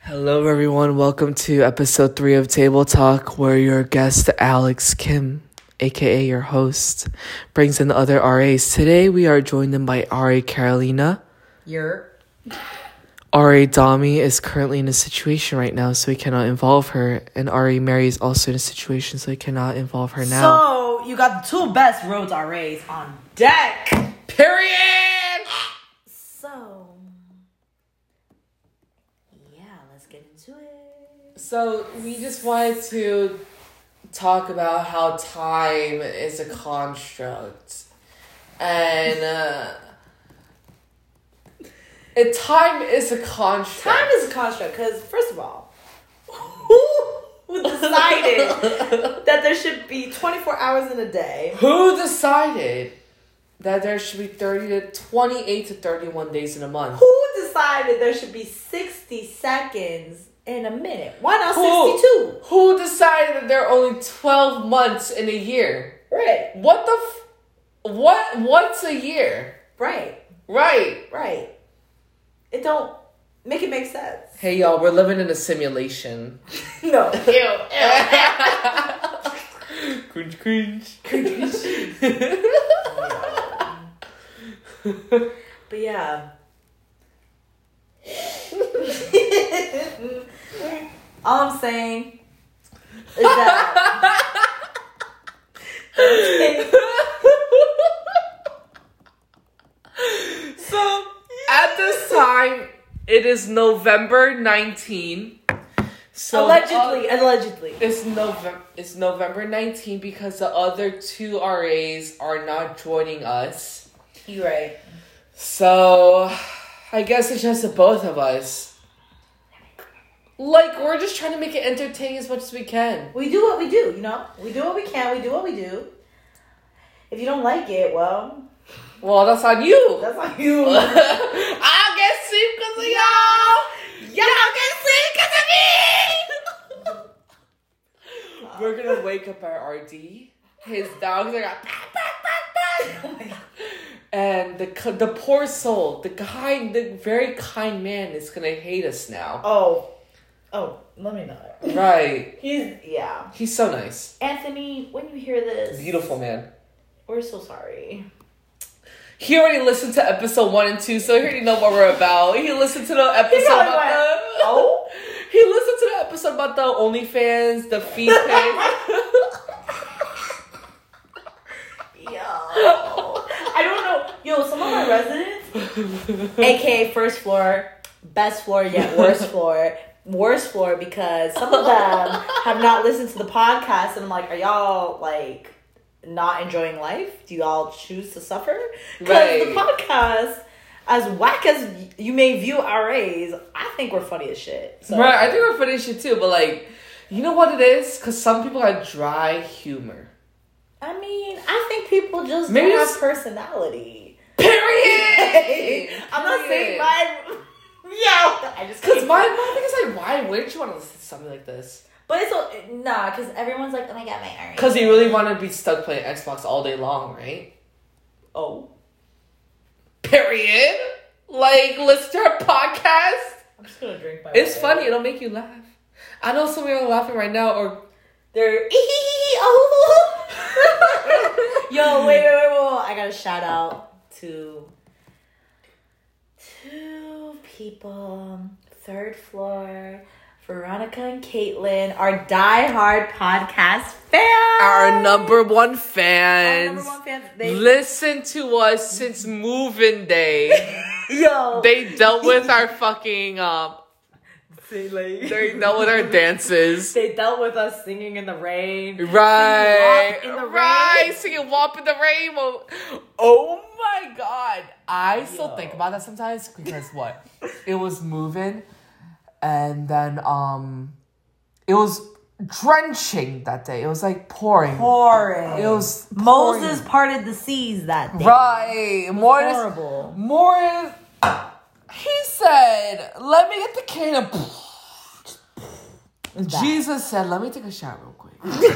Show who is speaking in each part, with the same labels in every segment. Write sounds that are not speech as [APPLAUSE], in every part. Speaker 1: Hello, everyone. Welcome to episode three of Table Talk, where your guest, Alex Kim, aka your host, brings in the other RAs. Today, we are joined in by RA Carolina.
Speaker 2: You're
Speaker 1: RA Dami is currently in a situation right now, so we cannot involve her. And RA Mary is also in a situation, so we cannot involve her now.
Speaker 2: so you got the two best roads RAs on deck.
Speaker 1: Period!
Speaker 2: So yeah, let's get into it.
Speaker 1: So, we just wanted to talk about how time is a construct. And uh, it, time is a construct.
Speaker 2: Time is a construct because first of all,
Speaker 1: [LAUGHS]
Speaker 2: who decided that there should be 24 hours in a day?
Speaker 1: Who decided that there should be 30 to 28 to 31 days in a month?
Speaker 2: Who decided there should be 60 seconds in a minute? Why not
Speaker 1: Who?
Speaker 2: 62?
Speaker 1: Who decided that there are only 12 months in a year?
Speaker 2: Right,
Speaker 1: What the f- what what's a year?
Speaker 2: right,
Speaker 1: Right.
Speaker 2: right. It don't make it make sense.
Speaker 1: Hey y'all, we're living in a simulation.
Speaker 2: No.
Speaker 1: cringe cringe.
Speaker 2: But yeah. [LAUGHS] All I'm saying
Speaker 1: [LAUGHS]
Speaker 2: is that.
Speaker 1: so at this time it is November 19. So
Speaker 2: allegedly, allegedly.
Speaker 1: It's November. It's November nineteenth because the other two RAs are not joining us.
Speaker 2: You're right.
Speaker 1: So, I guess it's just the both of us. Like we're just trying to make it entertaining as much as we can.
Speaker 2: We do what we do, you know? We do what we can, we do what we do. If you don't like it, well,
Speaker 1: Well, that's on you. [LAUGHS]
Speaker 2: that's on you.
Speaker 1: I'll get sick because of y'all. Y'all get sick because of me. we're gonna wake up our RD. His dogs are gonna. And the c- the poor soul, the kind, the very kind man is gonna hate us now.
Speaker 2: oh. Oh, let me know.
Speaker 1: Right?
Speaker 2: He's, yeah.
Speaker 1: He's so nice,
Speaker 2: Anthony, when you hear this,
Speaker 1: beautiful man.
Speaker 2: we're so sorry.
Speaker 1: He already listened to episode one and two, so he already know what we're about. He listened to the episode.
Speaker 2: He's probably
Speaker 1: about
Speaker 2: like,
Speaker 1: the-
Speaker 2: oh?
Speaker 1: [LAUGHS] He listened to the episode about the OnlyFans, the feed
Speaker 2: [LAUGHS] Yo. [LAUGHS] I don't know. Yo, some of my residents,
Speaker 1: [LAUGHS] page.
Speaker 2: aka first floor, best floor
Speaker 1: [LAUGHS]
Speaker 2: yet worst floor, worst floor because some of them have not listened to the podcast, and I'm like, are y'all like not enjoying life? Do y'all choose to suffer? Because the
Speaker 1: Right.
Speaker 2: podcast. As whack as you may view RAs, I think we're funny as shit. So.
Speaker 1: right, I think we're finishing too, but like, you know what it is? Because some people have dry humor.
Speaker 2: I mean, I think people just
Speaker 1: Maybe
Speaker 2: don't
Speaker 1: it's- [LAUGHS]
Speaker 2: have personality.
Speaker 1: Period!
Speaker 2: [LAUGHS] I'm not saying
Speaker 1: Period.
Speaker 2: my. [LAUGHS] Yeah, I [LAUGHS] just
Speaker 1: Cause
Speaker 2: because
Speaker 1: my, my thing is like, why wouldn't you want to listen to something like this?
Speaker 2: But it's all, nah, because everyone's like, oh my god, my arm.
Speaker 1: Cause you really want to be stuck playing Xbox all day long, right?
Speaker 2: oh,
Speaker 1: Period. Like, listen to our podcast.
Speaker 2: I'm just gonna drink my.
Speaker 1: It's
Speaker 2: water.
Speaker 1: funny. It'll make you laugh. I know some of you are laughing right now, or
Speaker 2: They're oh. [LAUGHS] Yo, wait, wait, wait, wait, wait. I got to shout out to two people, third floor. Veronica and Caitlin, our diehard podcast fans.
Speaker 1: our number one
Speaker 2: Our
Speaker 1: fans.
Speaker 2: number one fans. They,
Speaker 1: Listen to us since moving day.
Speaker 2: yo.
Speaker 1: They dealt with our fucking um.
Speaker 2: They, like,
Speaker 1: They dealt with our dances.
Speaker 2: They dealt with us singing in the rain.
Speaker 1: Right,
Speaker 2: Singing WAP in the
Speaker 1: right.
Speaker 2: rain.
Speaker 1: Singing "Wop in the Rainbow." Oh my god! I still
Speaker 2: Yo.
Speaker 1: think about that sometimes because what? it was moving, and then um, it was drenching that day. It was like pouring.
Speaker 2: Pouring.
Speaker 1: It was
Speaker 2: Moses parted the seas that day.
Speaker 1: Right. Morris.
Speaker 2: Horrible.
Speaker 1: Morris. He said, "Let me get the can of." Jesus said, "Let me take a shot real
Speaker 2: [LAUGHS]
Speaker 1: quick." and it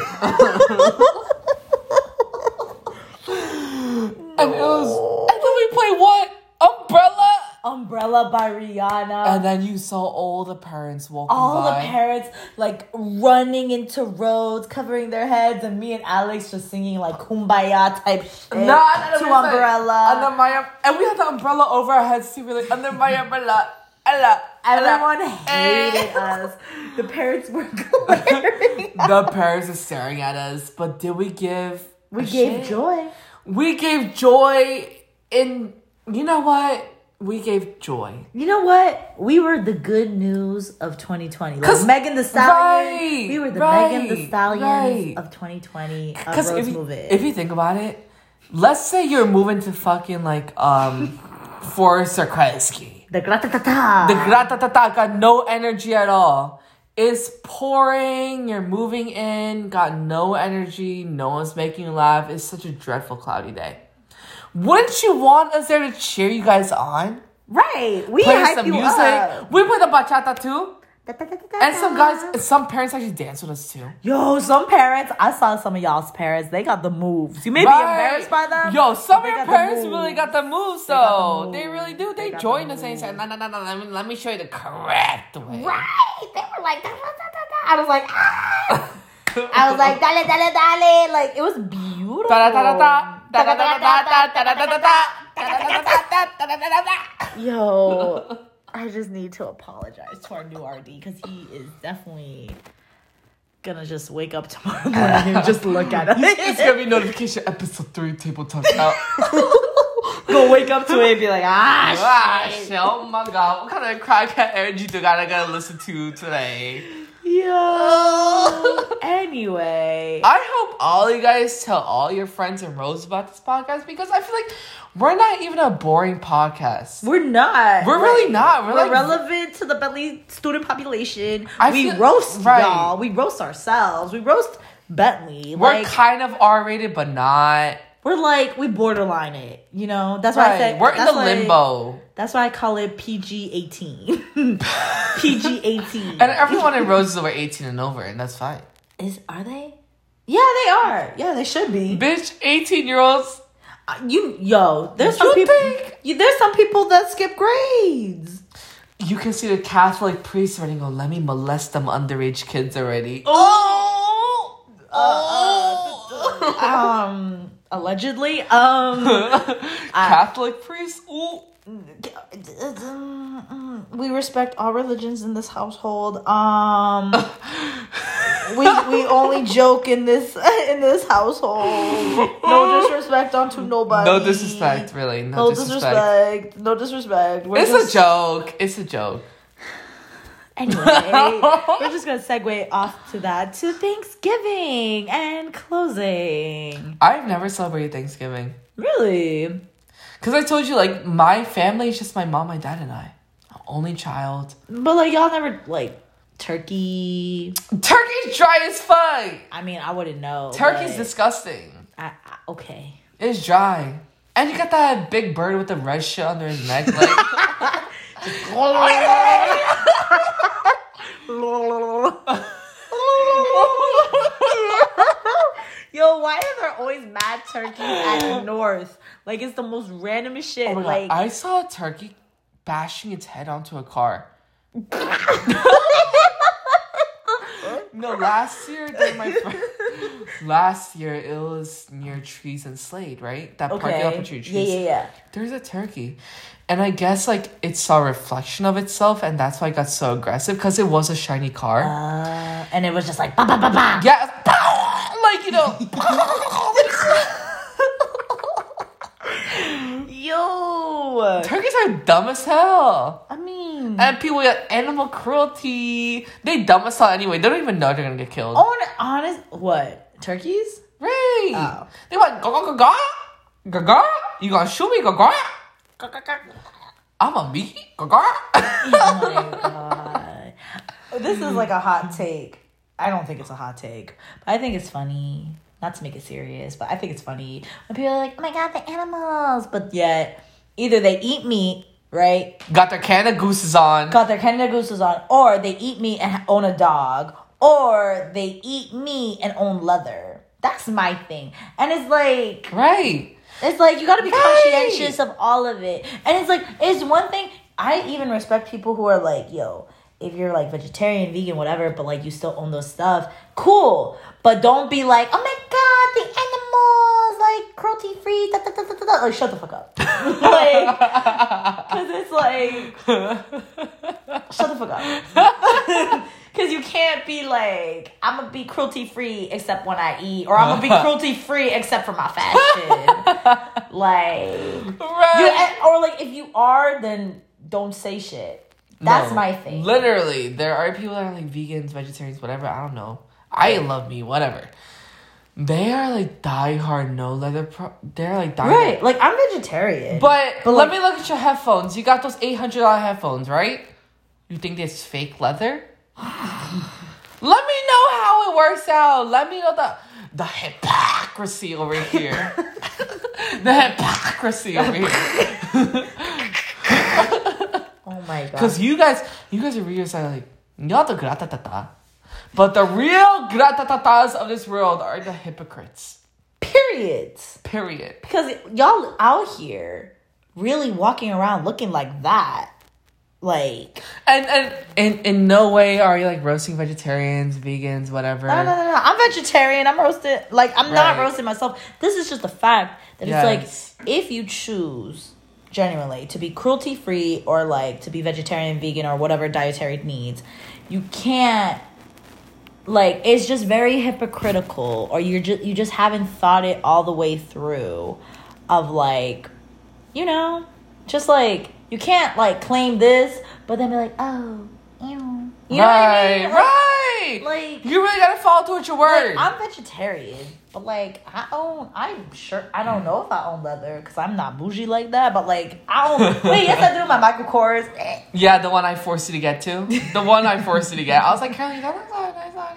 Speaker 1: was. And then we played what? Umbrella.
Speaker 2: Umbrella by Rihanna.
Speaker 1: And then you saw all the parents walking
Speaker 2: all
Speaker 1: by.
Speaker 2: the parents like running into roads, covering their heads, and me and Alex just singing like kumbaya type shit
Speaker 1: No, no, no,
Speaker 2: to
Speaker 1: we were like,
Speaker 2: umbrella.
Speaker 1: Under my um- and we had the umbrella over our heads too. We were like under my umbrella. Ella,
Speaker 2: Everyone
Speaker 1: Ella, eh.
Speaker 2: hated
Speaker 1: [LAUGHS]
Speaker 2: us. The parents were glaring.
Speaker 1: the
Speaker 2: [LAUGHS]
Speaker 1: parents are staring at us, but did we give?
Speaker 2: we
Speaker 1: a
Speaker 2: gave
Speaker 1: shit?
Speaker 2: joy.
Speaker 1: We gave joy in. You know what? We gave joy.
Speaker 2: You know what? We were the good news of 2020. Like
Speaker 1: 'Cause-
Speaker 2: Megan the Stallion.
Speaker 1: Right,
Speaker 2: we were the Megan the
Speaker 1: right,
Speaker 2: Stallion
Speaker 1: right.
Speaker 2: of 2020. Of
Speaker 1: Because
Speaker 2: Rose
Speaker 1: if, you-
Speaker 2: Move It.
Speaker 1: if you think about it, let's say you're moving to fucking like um, [LAUGHS] Forest or Kreisky.
Speaker 2: the gratatata.
Speaker 1: The gratatata got no energy at all. It's pouring, you're moving in, got no energy, no one's making you laugh. It's such a dreadful cloudy day. Wouldn't you want us there to cheer you guys on?
Speaker 2: right. We
Speaker 1: Play
Speaker 2: hype
Speaker 1: some
Speaker 2: you
Speaker 1: music.
Speaker 2: up. Uh-huh.
Speaker 1: We play the bachata too.
Speaker 2: Da-da-da-da-da.
Speaker 1: And some guys, some parents actually dance with us too.
Speaker 2: Yo, some parents, I saw some of y'all's parents, they got the moves. You may be
Speaker 1: Right.
Speaker 2: embarrassed by them.
Speaker 1: Yo, some of
Speaker 2: but they
Speaker 1: your
Speaker 2: got the
Speaker 1: parents
Speaker 2: moves.
Speaker 1: really got the moves,
Speaker 2: got the
Speaker 1: though. They,
Speaker 2: moves.
Speaker 1: really do.
Speaker 2: They
Speaker 1: They,
Speaker 2: got the
Speaker 1: join us and they say,
Speaker 2: moves.
Speaker 1: no, no, no, no, let me, let me show you the correct way.
Speaker 2: Right. They were like, da, da, da, da. I was like, ah. I was
Speaker 1: [LAUGHS]
Speaker 2: like, dale, dale, dale. Like, it was beautiful. Yo, I just need to apologize to our new RD because he is definitely gonna just wake up tomorrow morning and just
Speaker 1: [LAUGHS]
Speaker 2: look at
Speaker 1: It's
Speaker 2: us.
Speaker 1: gonna be notification episode three table talk [LAUGHS] out.
Speaker 2: Go wake up to it and be like,
Speaker 1: [LAUGHS]
Speaker 2: ah,
Speaker 1: Ah, shit, oh my god, what kind of crackhead energy do I gotta listen to today?
Speaker 2: shit. yo.
Speaker 1: [LAUGHS]
Speaker 2: Anyway,
Speaker 1: I hope all you guys tell all your friends and Rose about this podcast because I feel like we're not even a boring podcast.
Speaker 2: we're not.
Speaker 1: We're really not. We're,
Speaker 2: We're,
Speaker 1: like
Speaker 2: relevant to the Bentley student population.
Speaker 1: I
Speaker 2: we
Speaker 1: feel-
Speaker 2: roast
Speaker 1: right.
Speaker 2: y'all. We roast ourselves. We roast Bentley.
Speaker 1: we're
Speaker 2: like,
Speaker 1: kind of R rated, but not.
Speaker 2: we're like we borderline it. You know, that's why I
Speaker 1: Right,
Speaker 2: said
Speaker 1: we're in
Speaker 2: that's
Speaker 1: the
Speaker 2: why-
Speaker 1: limbo,
Speaker 2: That's why I call it PG eighteen. [LAUGHS]
Speaker 1: [LAUGHS]
Speaker 2: PG eighteen.
Speaker 1: and everyone in Rose is over eighteen and over, and that's fine.
Speaker 2: Is are they? Yeah, they are. Yeah, they should be.
Speaker 1: Bitch, eighteen year olds
Speaker 2: Uh, You yo, there's some
Speaker 1: You
Speaker 2: people.
Speaker 1: think?
Speaker 2: You, there's some people that skip grades.
Speaker 1: You can see the Catholic priest already go, let me molest them underage kids already. Uh,
Speaker 2: Oh. um.
Speaker 1: [LAUGHS]
Speaker 2: Allegedly. Um.
Speaker 1: Catholic priest? Ooh.
Speaker 2: We respect all religions in this household. Um, we we only joke in this [LAUGHS] in this household. No
Speaker 1: [LAUGHS]
Speaker 2: disrespect onto nobody.
Speaker 1: No disrespect, really. No,
Speaker 2: No
Speaker 1: disrespect.
Speaker 2: disrespect. No disrespect. We're
Speaker 1: It's
Speaker 2: just,
Speaker 1: a joke. It's a joke. [LAUGHS]
Speaker 2: Anyway, we're just gonna segue off to that to Thanksgiving and closing.
Speaker 1: I've never celebrated Thanksgiving.
Speaker 2: Really?
Speaker 1: Because I told you, like, my family is just my mom, my dad, and I. Only child.
Speaker 2: But like y'all never like turkey.
Speaker 1: Turkey's dry as fuck.
Speaker 2: I mean, I wouldn't know.
Speaker 1: Turkey's
Speaker 2: but
Speaker 1: disgusting.
Speaker 2: I, I,
Speaker 1: [LAUGHS]
Speaker 2: okay.
Speaker 1: It's dry. And you got that big bird with the red shit under his neck. Like, [LAUGHS]
Speaker 2: Yo, why are there always mad turkeys at North? Like it's the most randomest shit.
Speaker 1: Oh my
Speaker 2: like
Speaker 1: God, I saw a turkey bashing its head onto a
Speaker 2: [LAUGHS]
Speaker 1: car. no, last year during my fir- last year it was near trees and Slade, right? That parking lot
Speaker 2: okay,
Speaker 1: with tree trees.
Speaker 2: yeah, yeah, yeah.
Speaker 1: There's a turkey, and I guess like it saw a reflection of itself, and that's why it got so aggressive because it was a shiny car.
Speaker 2: Uh, and it was just like ba ba ba ba.
Speaker 1: yeah, [LAUGHS] it's like you know. [LAUGHS]
Speaker 2: Yo,
Speaker 1: Turkeys are dumb as hell.
Speaker 2: I mean,
Speaker 1: And people get animal cruelty. They dumb as hell anyway. They don't even know they're gonna get killed.
Speaker 2: on honest, what turkeys?
Speaker 1: Right.
Speaker 2: Oh.
Speaker 1: They went gaga gaga gaga. You gonna shoot me gaga? I'm a me gaga.
Speaker 2: Oh [LAUGHS] my god. This is like a hot take. I don't think it's a hot take, but I think it's funny. Not to make it serious, but I think it's funny when people are like, "Oh my god, the animals!" But yet, either they eat meat, right?
Speaker 1: Got their can of gooses on.
Speaker 2: Got their Canada Gooses on, or they eat meat and own a dog, or they eat meat and own leather. That's my thing, and it's like
Speaker 1: Right.
Speaker 2: [LAUGHS] it's like you got to be
Speaker 1: Right.
Speaker 2: conscientious of all of it. And it's like it's one thing I even respect people who are like, yo, if you're like vegetarian, vegan, whatever, but like you still own those stuff, cool. But don't be like, oh my god, the animals, like cruelty free, da da da da da. da." Like shut the fuck up. like, cause it's like, shut the fuck up. Cause you can't be like, I'm gonna be cruelty free except when I eat, or I'm gonna be cruelty free except for my fashion. like. You, eh,
Speaker 1: Right.
Speaker 2: and- or like if you are, then don't say shit. That's
Speaker 1: No.
Speaker 2: my thing.
Speaker 1: Literally, there are people that are like vegans, vegetarians, whatever. I don't know. I love me, whatever. They are like diehard no leather. Pro- they're like diehard.
Speaker 2: right? Like I'm vegetarian, [LAUGHS]
Speaker 1: But,
Speaker 2: But,
Speaker 1: let me
Speaker 2: like-
Speaker 1: look at your headphones. You got those eight hundred dollar headphones, right? You think it's fake leather? [SIGHS] let me know how it works out. Let me know the the hypocrisy over here. the hypocrisy over here.
Speaker 2: [LAUGHS]
Speaker 1: [LAUGHS]
Speaker 2: oh my god,
Speaker 1: Because you guys, you guys are real side like y'all the gratatata, but the real gratatatas of this world are the hypocrites.
Speaker 2: periods.
Speaker 1: Period.
Speaker 2: Because y'all out here really walking around looking like that, like
Speaker 1: And and in in no way are you like roasting vegetarians, vegans, whatever.
Speaker 2: no, no, no, no. I'm vegetarian. I'm roasted. Like I'm not
Speaker 1: Right.
Speaker 2: roasting myself. This is just a fact that
Speaker 1: Yes.
Speaker 2: it's like if you choose genuinely to be cruelty free or like to be vegetarian, vegan, or whatever dietary needs, you can't. Like it's just very hypocritical, or you're just you just haven't thought it all the way through, of like, you know, just like you can't like claim this, but then be like, oh, ew. you know what I
Speaker 1: right,
Speaker 2: mean? Like,
Speaker 1: right.
Speaker 2: like-
Speaker 1: you really gotta follow through with your word.
Speaker 2: like, I'm vegetarian, but like I own. I'm sure I don't know if I own leather because I'm not bougie like that. But like
Speaker 1: [LAUGHS]
Speaker 2: I own. wait, yes, I do. My Michael Kors. eh.
Speaker 1: yeah, the one I forced you to get to. The one I forced you to get. I was like, Carly, that looks so nice on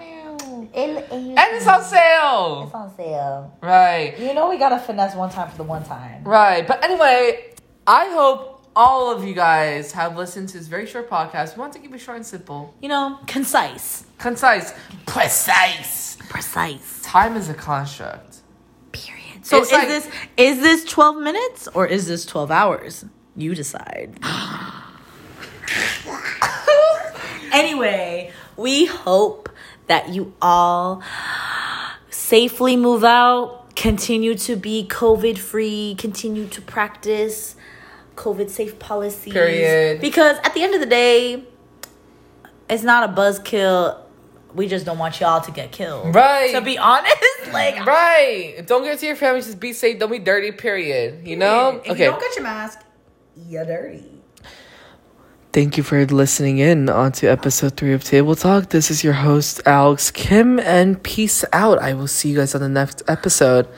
Speaker 1: you.
Speaker 2: It- it-
Speaker 1: And it's on sale.
Speaker 2: it's on sale.
Speaker 1: Right,
Speaker 2: You know we gotta finesse one time for the one time.
Speaker 1: right. But anyway, I hope all of you guys have listened to this very short podcast. We want to keep it short and simple,
Speaker 2: You know, concise,
Speaker 1: concise, precise.
Speaker 2: precise.
Speaker 1: Time is a construct.
Speaker 2: Period. So
Speaker 1: It's
Speaker 2: is
Speaker 1: like-
Speaker 2: this is this twelve minutes or is this twelve hours? You decide.
Speaker 1: [GASPS]
Speaker 2: anyway, we hope that you all safely move out, continue to be COVID free, continue to practice COVID safe policies.
Speaker 1: Period.
Speaker 2: Because at the end of the day, it's not a buzzkill. We just don't want y'all to get killed.
Speaker 1: Right.
Speaker 2: To be honest, [LAUGHS] like
Speaker 1: Right. Don't get to your family. Just be safe. Don't be dirty. Period. You know.
Speaker 2: If you don't get your mask, you're dirty.
Speaker 1: Thank you for listening in onto episode three of Table Talk. This is your host, Alex Kim, and peace out. I will see you guys on the next episode.